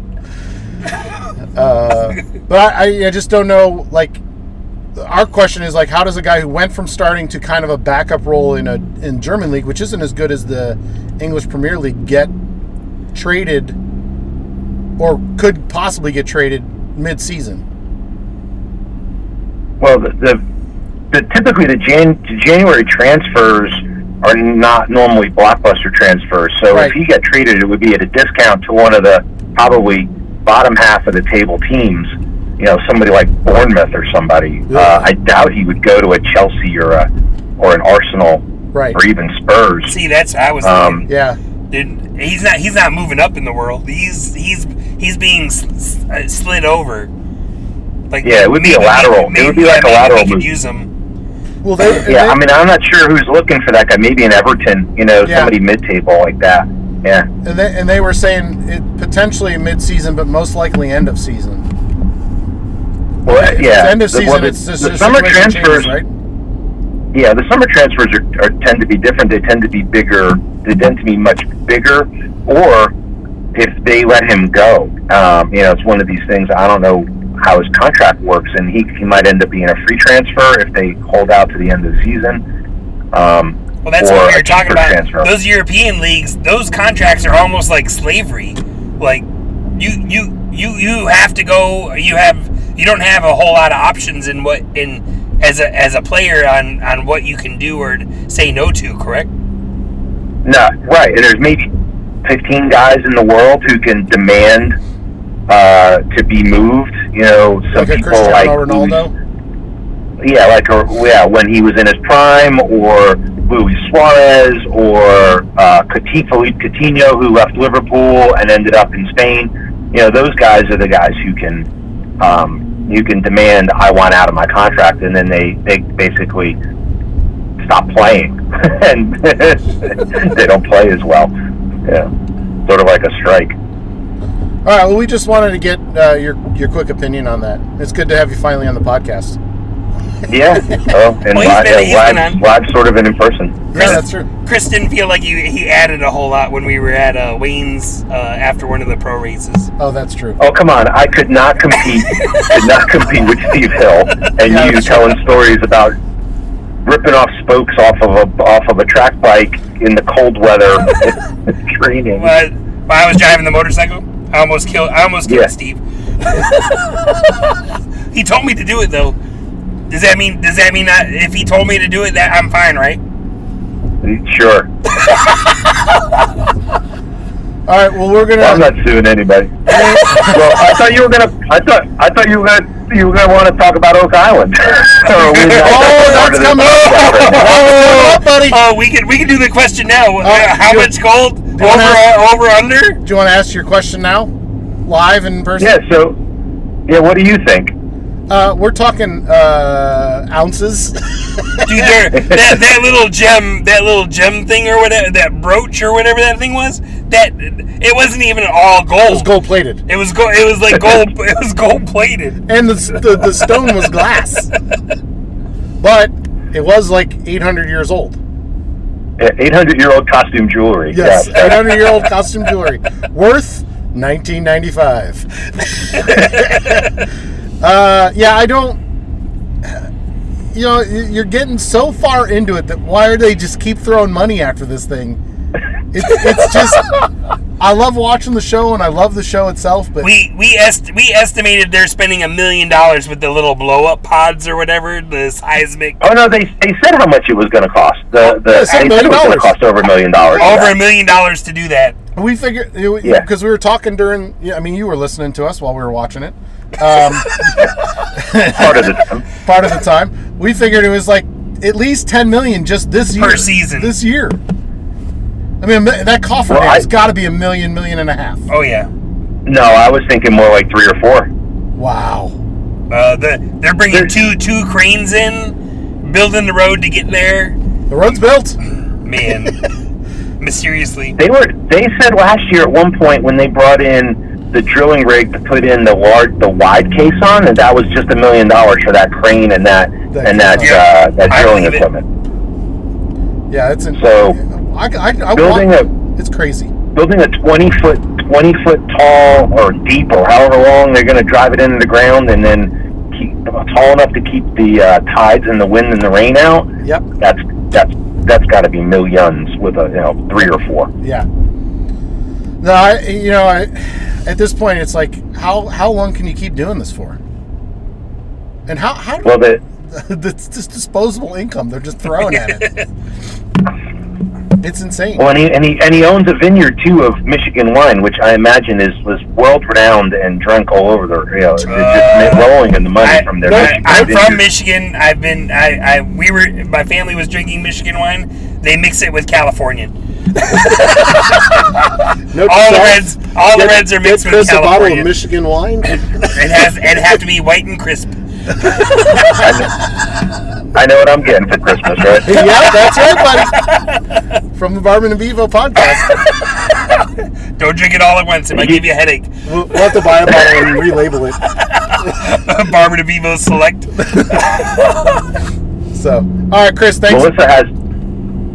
But I, I just don't know. Like, our question is like, how does a guy who went from starting to kind of a backup role in a in German league, which isn't as good as the English Premier League, get traded or could possibly get traded mid-season? Well, the, the, the typically the Jan, January transfers are not normally blockbuster transfers. So Right. if he got traded, it would be at a discount to one of the probably bottom half of the table teams. You know, somebody like Bournemouth or somebody. Yeah. Uh, I doubt he would go to a Chelsea or a or an Arsenal Right. or even Spurs. See, that's I was. Um, thinking. Yeah. Dude, he's not. He's not moving up in the world. He's he's he's being s- s- uh, slid over. Like Yeah, it would be a lateral. It would be like a lateral We could move. use him. Well, they, they- Yeah, I mean, I'm not sure who's looking for that guy. Maybe an Everton, you know, Yeah. somebody mid-table like that. Yeah, and they and they were saying it potentially mid-season, but most likely end of season. well, If yeah. It's end of the- season. well, the, it's just the the summer situation transfers. changes, right? Yeah, the summer transfers are, are tend to be different. They tend to be bigger. They tend to be much bigger. Or if they let him go, um, you know, it's one of these things. I don't know how his contract works, and he, he might end up being a free transfer if they hold out to the end of the season. Um, Well, that's or what we a were talking cheaper about. Transfer. Those European leagues, those contracts are almost like slavery. Like you you you you have to go. You have you don't have a whole lot of options in what in as a as a player on on what you can do or say no to. Correct. No, right. And there's maybe 15 guys in the world who can demand uh, to be moved. You know, some Like a people Cristiano like Ronaldo. yeah, like or, yeah, when he was in his prime, or Luis Suarez, or uh, Coutinho, Felipe Coutinho, who left Liverpool and ended up in Spain. You know, those guys are the guys who can um, you can demand I want out of my contract, and then they they basically stop playing <laughs> and they don't play as well. Yeah, sort of like a <laughs> strike. All right. Well, we just wanted to get uh, your your quick opinion on that. It's good to have you finally on the podcast. Yeah, oh, and Well, he's live, been- he's live, been on. live sort of an in person. Yeah, that's true. Chris didn't feel like he, he added a whole lot when we were at uh, Wayne's uh, after one of the pro races. Oh, that's true. Oh come on! I could not compete. could not compete with Steve Hill and Yeah, you that's telling stories about ripping off spokes off of a off of a track bike in the cold <laughs> weather training. But while I was driving the motorcycle, I almost killed. I almost killed Yeah. Steve. <laughs> he told me to do it though. Does that mean? Does that mean that if he told me to do it, that I'm fine, right? Sure. All right. Well, we're gonna. Well, <laughs> I'm not suing anybody. well, I thought you were gonna. I thought I thought you were gonna. You were gonna want to talk about Oak Island. <laughs> So we- <laughs> Oh, that's coming up. That's coming up, buddy. Oh, we can we can do the question now. Uh, How do- much gold? Over wanna ask- over under? Do you want to ask your question now, live in person? Yeah. So, yeah. What do you think? Uh, we're talking uh, ounces. <laughs> Dude, there, that that little gem, that little gem thing or whatever, that brooch or whatever that thing was, that it wasn't even all gold. it was gold plated, It was go- It was like gold. <laughs> it was gold plated. and the, the the stone was glass, but it was like 800 years old. 800 year old costume jewelry. Yes, Yeah. 800 year old costume jewelry worth 1995. <laughs> uh, yeah, I don't. You know, you- you're getting so far into it that why are they just keep throwing money after this thing? It's, it's just. I love watching the show and I love the show itself, but We we est- we estimated they're spending a million dollars with the little blow up pods or whatever the seismic. Oh no, they they said how much it was going to cost. The the Yeah, it's they Oh, a million said it was going to dollars. cost over a million dollars. Over a million dollars to do that. we figured Yeah. because we were talking during. yeah, I mean, you were listening to us while we were watching it, um, part of the time. part of the time. We figured it was like at least 10 million just this year. Per season. This year. I mean, that that coffer Well, has I- got to be a million, million and a half. Oh yeah. <laughs> No, I was thinking more like three or four. Wow. Uh, the, they're bringing There's- two two cranes in, building the road to get there. The road's built. Man, <laughs> mysteriously, They were. They said last year at one point when they brought in the drilling rig to put in the large, the wide caisson, that that was just a million dollars for that crane and that, That and that caisson. uh, that I drilling believe it. equipment. Yeah, it's in. So, I, I, I building want- It's crazy. Building a twenty foot, twenty foot tall or deep or however long they're going to drive it into the ground and then keep tall enough to keep the uh, tides and the wind and the rain out. Yep. That's that's that's got to be millions with a you know three or four. Yeah. No, I, you know, I, at this point, it's like how how long can you keep doing this for? And how how do <laughs> Well, the that's just disposable income they're just throwing at <laughs> it? It's insane. Well, and he, and he and he owns a vineyard too of Michigan wine, which I imagine is was world renowned and drunk all over the you know, it's just Uh, rolling in the money I, from their. I, Michigan I'm vineyard. from Michigan. I've been. I, I. We were. My family was drinking Michigan wine. They mix it with Californian. No All the salt. reds. All the reds are mixed Get with Chris a bottle of Californian. Michigan <laughs> wine. It has. It have to be white and crisp. I know what I'm getting for <laughs> Christmas, right? yeah, that's right, buddy. From the Barman and Bevo podcast, Don't drink it all at once. It might give you a headache. <laughs> we'll, we'll have to buy a bottle and relabel it. Barbara DeVivo Select. So, all right, Chris, thanks. Melissa has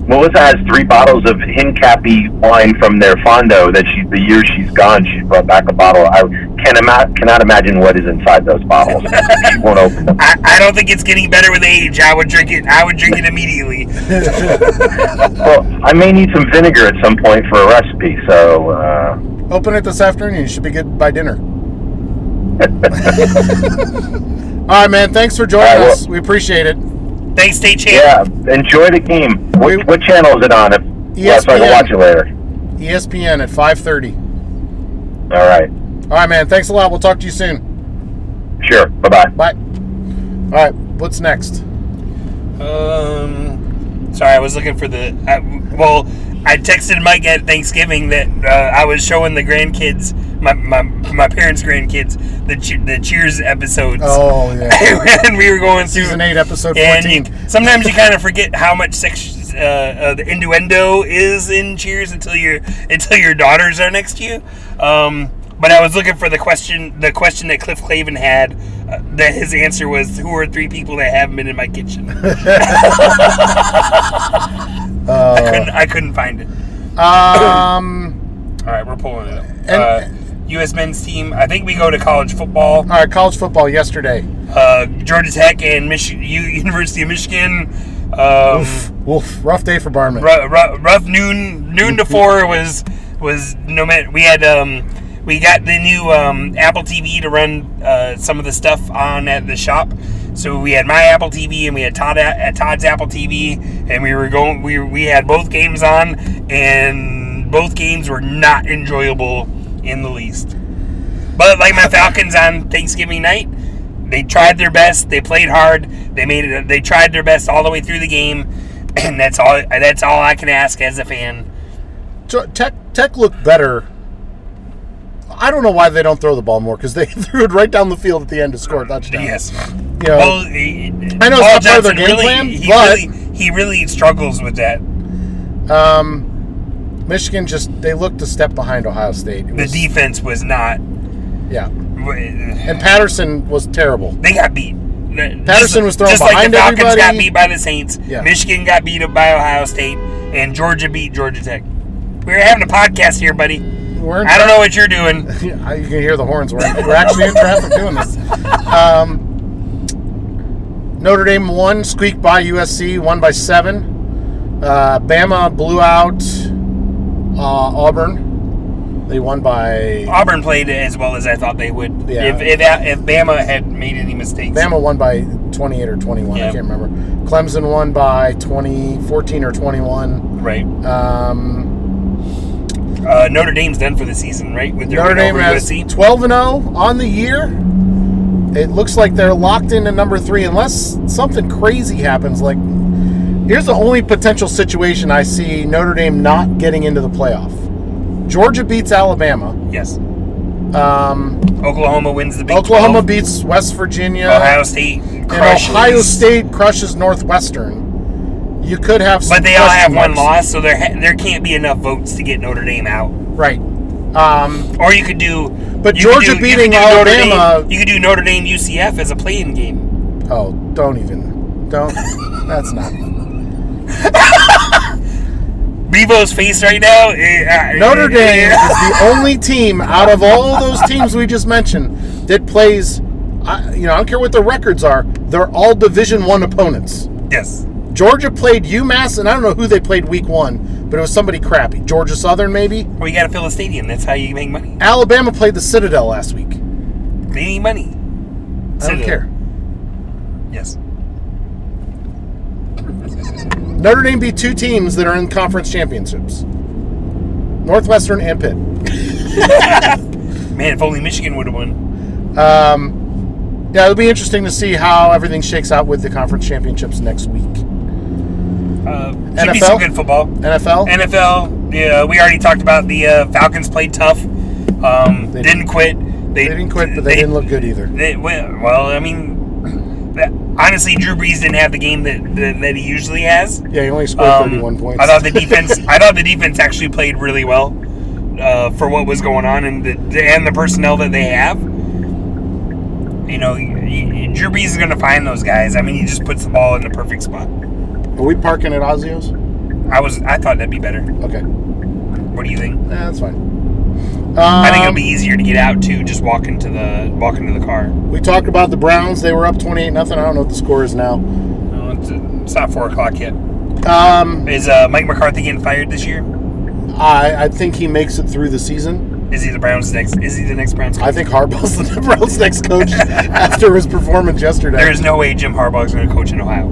Melissa has three bottles of Hincappy wine from their fondo that she the year she's gone she brought back a bottle. I can ima- cannot imagine what is inside <laughs> those bottles. she won't open them. I, I don't think it's getting better with age. I would drink it. I would drink it immediately. Well, I may need some vinegar at some point for a recipe, so. Uh, Open it this afternoon. You should be good by <laughs> dinner. all right, man. Thanks for joining All right, us. We appreciate it. Thanks, state champ. Yeah, enjoy the game. We- What, what channel is it on? If, yeah, so I ESPN. can watch it later. E ESPN at 5:30. All right, All right, man. Thanks a lot. We'll talk to you soon. sure. Bye Bye. bye. All right. What's <laughs> next? Um, sorry, I was looking for the. I, well, I texted Mike at Thanksgiving that uh, I was showing the grandkids, my, my, my parents' grandkids, the che- the Cheers episodes. Oh yeah. <laughs> and we were going through Season eight, episode and fourteen. you- sometimes you kind of forget how much sex, uh, uh, the innuendo is in Cheers until your until your daughters are next to you. Um, but I was looking for the question the question that Cliff Clavin had. Uh, that his answer was, "Who are three people that haven't been in my kitchen?" I couldn't I couldn't find it. Um. All right, we're pulling it up. uh, U.S. men's team. I think we go to college football. All right. College football <laughs> yesterday. Uh, Georgia Tech and Michi- U- University of Michigan. Um, Oof. Rough day for Barman. rough, rough noon noon to four was was no matter we had um we got the new um, Apple TV to run uh, some of the stuff on at the shop. So we had my Apple TV and we had Todd at Todd's Apple TV, and we were going. We we had both games on, and both games were not enjoyable in the least. But like my Falcons on Thanksgiving night, they tried their best. They played hard. They made it. They tried their best all the way through the game, <clears throat> and that's all. That's all I can ask as a fan. Te- Tech Tech looked better. I don't know why they don't throw the ball more because they <laughs> threw it right down the field at the end to score a touchdown. Yes. You know, Well, I I know it's not part of their game plan, he but- really, he really struggles with that. Um, Michigan just they looked a step behind Ohio State. It The was- defense was not. yeah, They and Patterson was terrible. got beat. Patterson was thrown just like behind the Falcons got everybody. beat by the Saints. Yeah. Michigan got beat by Ohio State, and Georgia beat Georgia Tech. We're having a podcast here, buddy. We're in, I don't know what you're doing. Yeah, you can hear the horns. We're, in- we're actually in traffic doing this. Um, Notre Dame won, squeaked by USC, won by seven. Uh, Bama blew out uh, Auburn. They won by Auburn played as well as I thought they would. Yeah. If, if uh, if Bama had made any mistakes, Bama won by 28 or 21. Yeah. I can't remember. Clemson won by 20, 14 or 21. right? Um, Uh, Notre Dame's done for the season, right? With their Notre win Dame over has USC. 12 and 0 on the year. It looks like they're locked into number three unless something crazy happens. Like, here's the only potential situation I see Notre Dame not getting into the playoff. Georgia beats Alabama. Yes. Um, Oklahoma wins the Big Oklahoma 12. beats West Virginia. Ohio State crushes. And Ohio State crushes Northwestern. You could have, some But they all have question one marks. loss, so there ha- there can't be enough votes to get Notre Dame out. right? Um, Or you could do. But you could Georgia do- you could beating do Notre Alabama- Dame- you could do Notre Dame UCF as a play-in game. oh, don't even, <laughs> don't. That's not Bevo's face right now. eh, uh, Notre Dame eh, is the only team out of all those teams we just mentioned that plays. I, you know, I don't care what their records are; they're all Division One opponents. <laughs> Yes. Georgia played UMass, and I don't know who they played Week One, but it was somebody crappy. Georgia Southern, maybe. Well, you got to fill a stadium. That's how you make money. Alabama played the Citadel last week. They need money. I don't care. Yes. Notre Dame beat two teams that are in conference championships Northwestern and Pitt. Man, if only Michigan would have won. Um, yeah, it'll be interesting to see how everything shakes out with the conference championships next week. Uh, should be NFL? some good football. NFL? NFL, yeah, we already talked about the uh, Falcons played tough. Um, They- didn't quit. they didn't quit, but they, didn't look good either. They, well, well, I mean, that- honestly, Drew Brees didn't have the game that that, that he usually has. Yeah, he only scored Um, 31 points. I thought <laughs> the defense. I thought the defense actually played really well uh, for what was going on and the and the personnel that they have. You know, y- y- Drew Brees is going to find those guys. I mean, he just puts the ball in the perfect spot. are we parking at Ozio's? I was. I thought that'd be better. Okay. Nah, What do you think? that's fine. Um, I think it'll be easier to get out too, just walk into the walk into the car. We talked about the Browns. They were up 28 nothing. I don't know what the score is now. No, it's, it's not four o'clock yet. Um, Is uh, Mike McCarthy getting fired this year? I, I think he makes it through the season. Is he the Browns next? Is he the next Browns? I Coach? think Harbaugh's <laughs> the Browns' next <laughs> coach after his performance yesterday. There is no way Jim Harbaugh's going to coach in Ohio.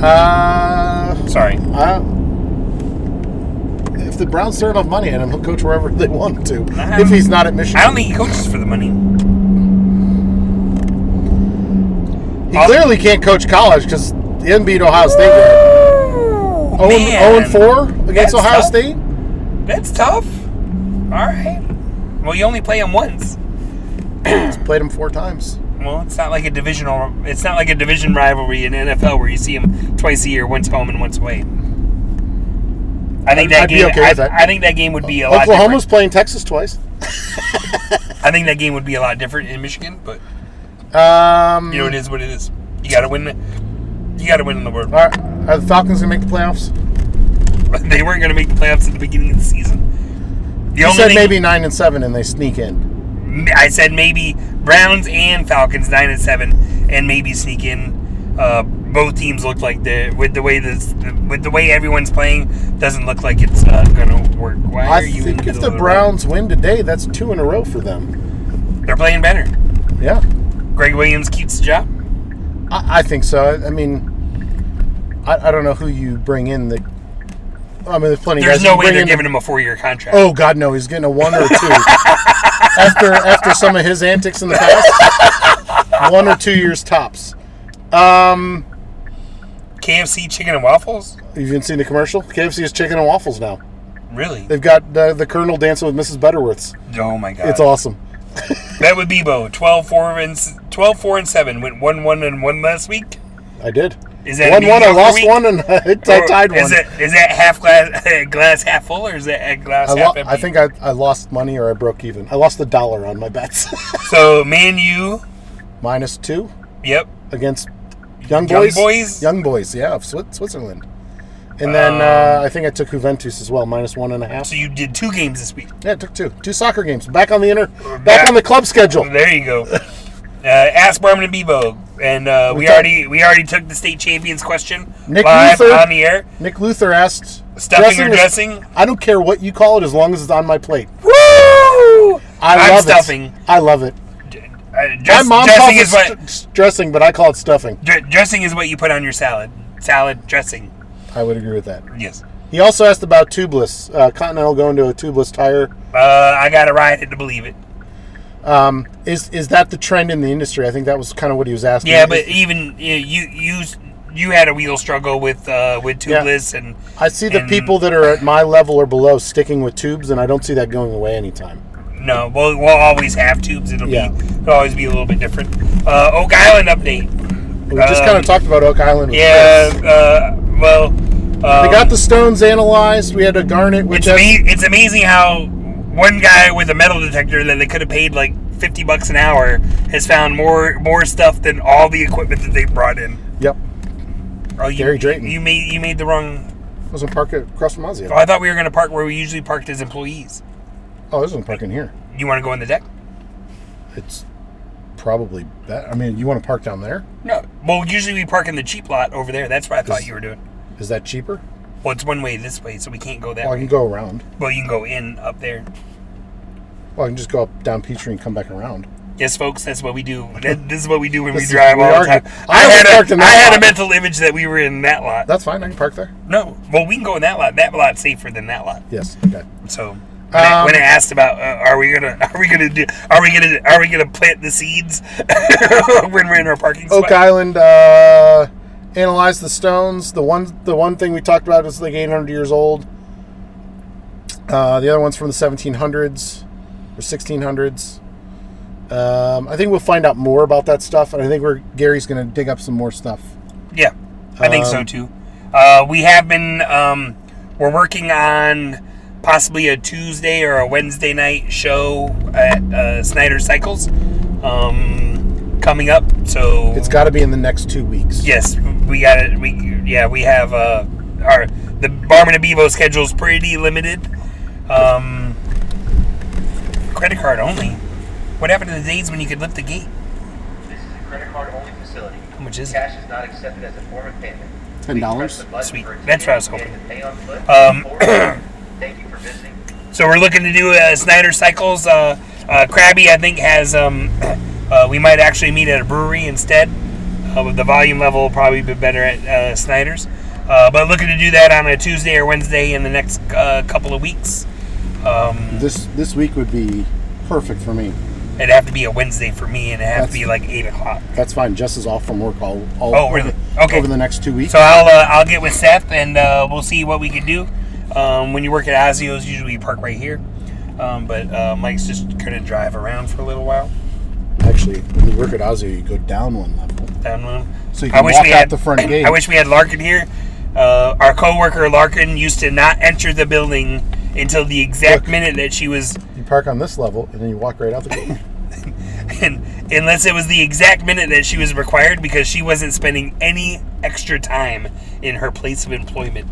uh, Sorry, I, if the Browns throw enough money at him, he'll coach wherever they want him to. Um, if he's not at I Michigan, don't think he coaches for the money. he clearly can't coach college because he didn't beat Ohio State. Yet. Owen, Oh, Man, Owen four against that's Ohio tough. State. That's tough. All right. Well, you only play him once. He's played him four times. Well, it's not like a divisional. It's not like a division rivalry in NFL where you see them twice a year, once home and once away. I think that I'd be game. okay I, with that. I think that game would be a lot. Oklahoma's playing Texas twice. different. I think that game would be a lot different in Michigan, but Um, you know it is what it is. You got to win. The, you got to win in the world. <laughs> are, are the Falcons gonna make the playoffs? They weren't going to make the playoffs at the beginning of the season. The You only said thing- maybe nine and seven, and they sneak in. I said maybe Browns and Falcons nine and seven, and maybe sneak in. Uh, both teams look like the with the way this with the way everyone's playing doesn't look like it's uh, gonna work. Why are I you in think if middle the of road? Browns win today, that's two in a row for them. they're playing better, Yeah. Greg Williams keeps the job. I, I think so. I, I mean, I, I don't know who you bring in. The I mean, there's plenty. of There's guys. no You way bring they're in- giving him a four year contract. Oh God, no! He's getting a one or a two <laughs> after after some of his antics in the past. one or two years tops. Um, Oh. KFC chicken and waffles, you even seen the commercial? KFC is chicken and waffles now. really? They've got the, the Colonel dancing with Mrs. Butterworth's. Oh my god, It's awesome. That would Bebo 12 4 and s- 12 4 and seven went one one and one last week. I did. Is that one New one? I York lost week? one and <laughs> I, I Or tied one. Is that is that half glass <laughs> glass half full or is that glass I, half lo- empty? I think I, I lost money or I broke even. I lost a dollar on my bets. <laughs> So man, you, Minus two. yep. against young Young boys, Boys? Um, Young Boys, yeah, of Swi- Switzerland. And then uh, I think I took Juventus as well, minus one and a half. So you did two games this week. Yeah, I took two, two soccer games. Back on the inner, back, back. on the club schedule. There <laughs> you go. Uh, ask Barman and Bebo, and uh, we took- already we already took the state champions question Nick live Luther. on the air. Nick Luther asked, Stuffing or is- dressing? I don't care what you call it, as long as it's on my plate. Woo! I am love stuffing. it. I love it. Uh, dress, my mom dressing calls is it what st- dressing, but I call it stuffing. dre- dressing is what you put on your salad. Salad dressing. I would agree with that. Yes. He also asked about tubeless uh, Continental going to a tubeless tire. Uh, I got to ride it to believe it. Um, is is that the trend in the industry? I think that was kind of what he was asking. Yeah, but even you you you had a wheel struggle with uh, with Yeah. tubeless and I see the and- people that are at my level or below sticking with tubes, and I don't see that going away anytime. no, we'll, we'll always have tubes. It'll Yeah. be it'll always be a little bit different. Uh, Oak Island update. We just Um, kind of talked about Oak Island. With Yeah. Chris. Uh, well, um, they got the stones analyzed. We had a garnet, which It's, has, ama- it's amazing how one guy with a metal detector that they could have paid like fifty bucks an hour has found more more stuff than all the equipment that they brought in. yep Oh, you, Gary Drayton. You made you made the wrong. was in park across from Oh, Ozzy. I thought we were going to park where we usually parked as employees. Oh, there's one parking here. You want to go in the deck? It's probably that. I mean, you want to park down there? No. Well, usually we park in the cheap lot over there. That's what I thought Is- you were doing. Is that cheaper? Well, it's one way this way, so we can't go that Well, I way. can go around. Well, you can go in up there. Well, I can just go up down Peachtree and come back around. Yes, folks, that's what <laughs> we do. That- This is what we do when This we is- drive we all are the time. good. I I, always had, parked a, in I that had a lot. mental image that we were in that lot. That's fine. I can park there. No. Well, we can go in that lot. That lot's safer than that lot. Yes. Okay. So when, I, Um, when I asked about uh, are we gonna <laughs> are we gonna do are we gonna are we gonna plant the seeds <laughs> when we're in our parking spot? Oak Island uh, analyzed the stones. The one the one thing we talked about is like 800 years old. Uh, the other one's from the 1700s or 1600s. Um, I think we'll find out more about that stuff, and I think we're Gary's going to dig up some more stuff. Yeah, I think Um, so too. Uh, we have been um, we're working on possibly a Tuesday or a Wednesday night show at uh, Snyder Cycles um, coming up. So It's got to be in the next two weeks. yes, we got it. We yeah, we have uh, our the Barman and Bevo schedule's pretty limited. Um, credit card only. What happened to the days when you could lift the gate? This is a credit card only facility. How much is it? Cash is not accepted as a form of payment. Ten dollars. Sweet. That's what I was hoping. Um, Um. Thank you for visiting. So we're looking to do uh, Snyder Cycles. Uh, uh, Krabby, I think, has. Um, <clears throat> uh, we might actually meet at a brewery instead. Uh, with the volume level, will probably be better at uh, Snyder's. Uh, but looking to do that on a Tuesday or Wednesday in the next uh, couple of weeks. Um, This this week would be perfect for me. it'd have to be a Wednesday for me, and it'd have That's- to be like eight o'clock. That's fine. Jess is off from work all, all Oh, really? Okay. over the next two weeks. So I'll uh, I'll get with Seth, and uh, we'll see what we can do. Um, when you work at Ozios, usually you park right here. Um, but uh, Mike's just gonna drive around for a little while. Actually, when you work at Ozzy, you go down one level. down one. So you can walk out the front gate. <coughs> I wish we had Larkin here. Uh, our coworker Larkin used to not enter the building until the exact Look. minute that she was, <laughs> You park on this level, and then you walk right out the gate. and, unless it was the exact minute that she was required because she wasn't spending any extra time in her place of employment.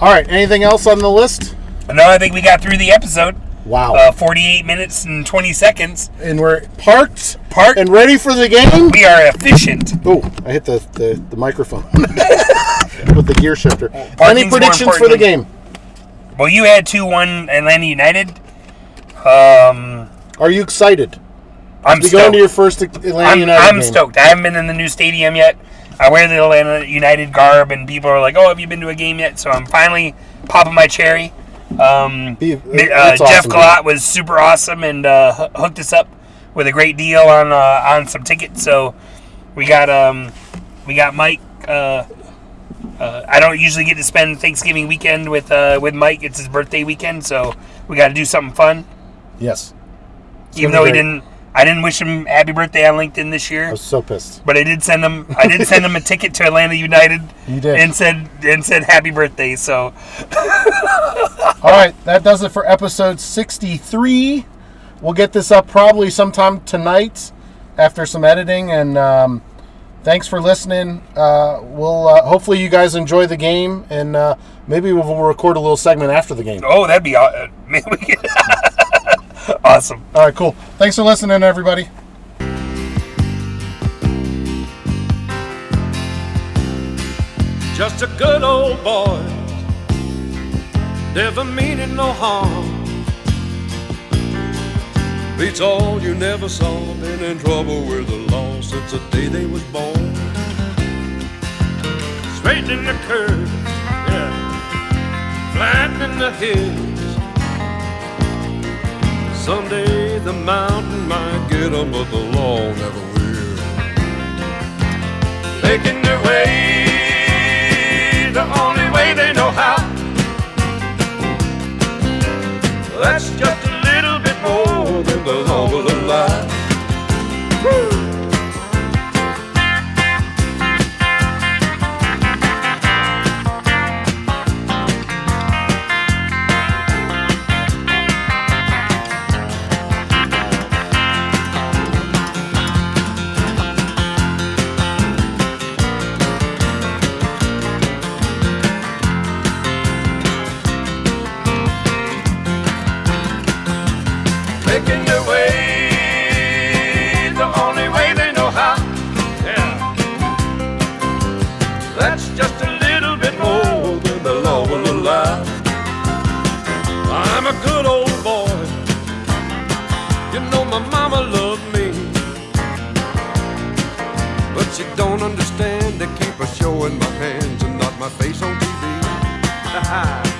All right. Anything else on the list? But no, I think we got through the episode. Wow. Uh, 48 minutes and 20 seconds. and we're parked Park. and ready for the game. we are efficient. Oh, I hit the, the, the microphone <laughs> with the gear shifter. Any parking's more predictions for the important game? Well, you had 2 1 Atlanta United. Um, Are you excited? I'm You going stoked. to your first Atlanta I'm, United I'm game? stoked. I haven't been in the new stadium yet. I wear the Atlanta United garb, and people are like, "Oh, have you been to a game yet?" So I'm finally popping my cherry. Um, Be- uh, that's Jeff awesome, Gallat was super awesome and uh, hoo- hooked us up with a great deal on uh, on some tickets. So we got um, we got Mike. Uh, uh, I don't usually get to spend Thanksgiving weekend with uh, with Mike. It's his birthday weekend, so we got to do something fun. Yes. gonna Even though be great. he didn't, I didn't wish him happy birthday on LinkedIn this year. I was so pissed. But I did send him. I did send him a ticket to Atlanta United. <laughs> You did. And said and said happy birthday. So All right, that does it for episode 63. We'll get this up probably sometime tonight after some editing. And um, thanks for listening. Uh, we'll uh, hopefully you guys enjoy the game, and uh, maybe we'll record a little segment after the game. All oh, that'd be aw- <laughs> uh, man, we could- awesome. right, cool. Thanks for listening, everybody. just a good old boy, never meaning no harm. Beats all you never saw, been in trouble with the law since the day they was born. Straightening the curves, yeah, flattening the hills, Someday the mountain might get up, but the law never will. Making their way the only way they know how. That's just a little bit more than the law will allow. making their way the only way they know how. Yeah. That's just a little bit more than the law will allow. I'm a good old boy. You know my mama loved me. But you don't understand, they keep a show in my hands and not my face on TV.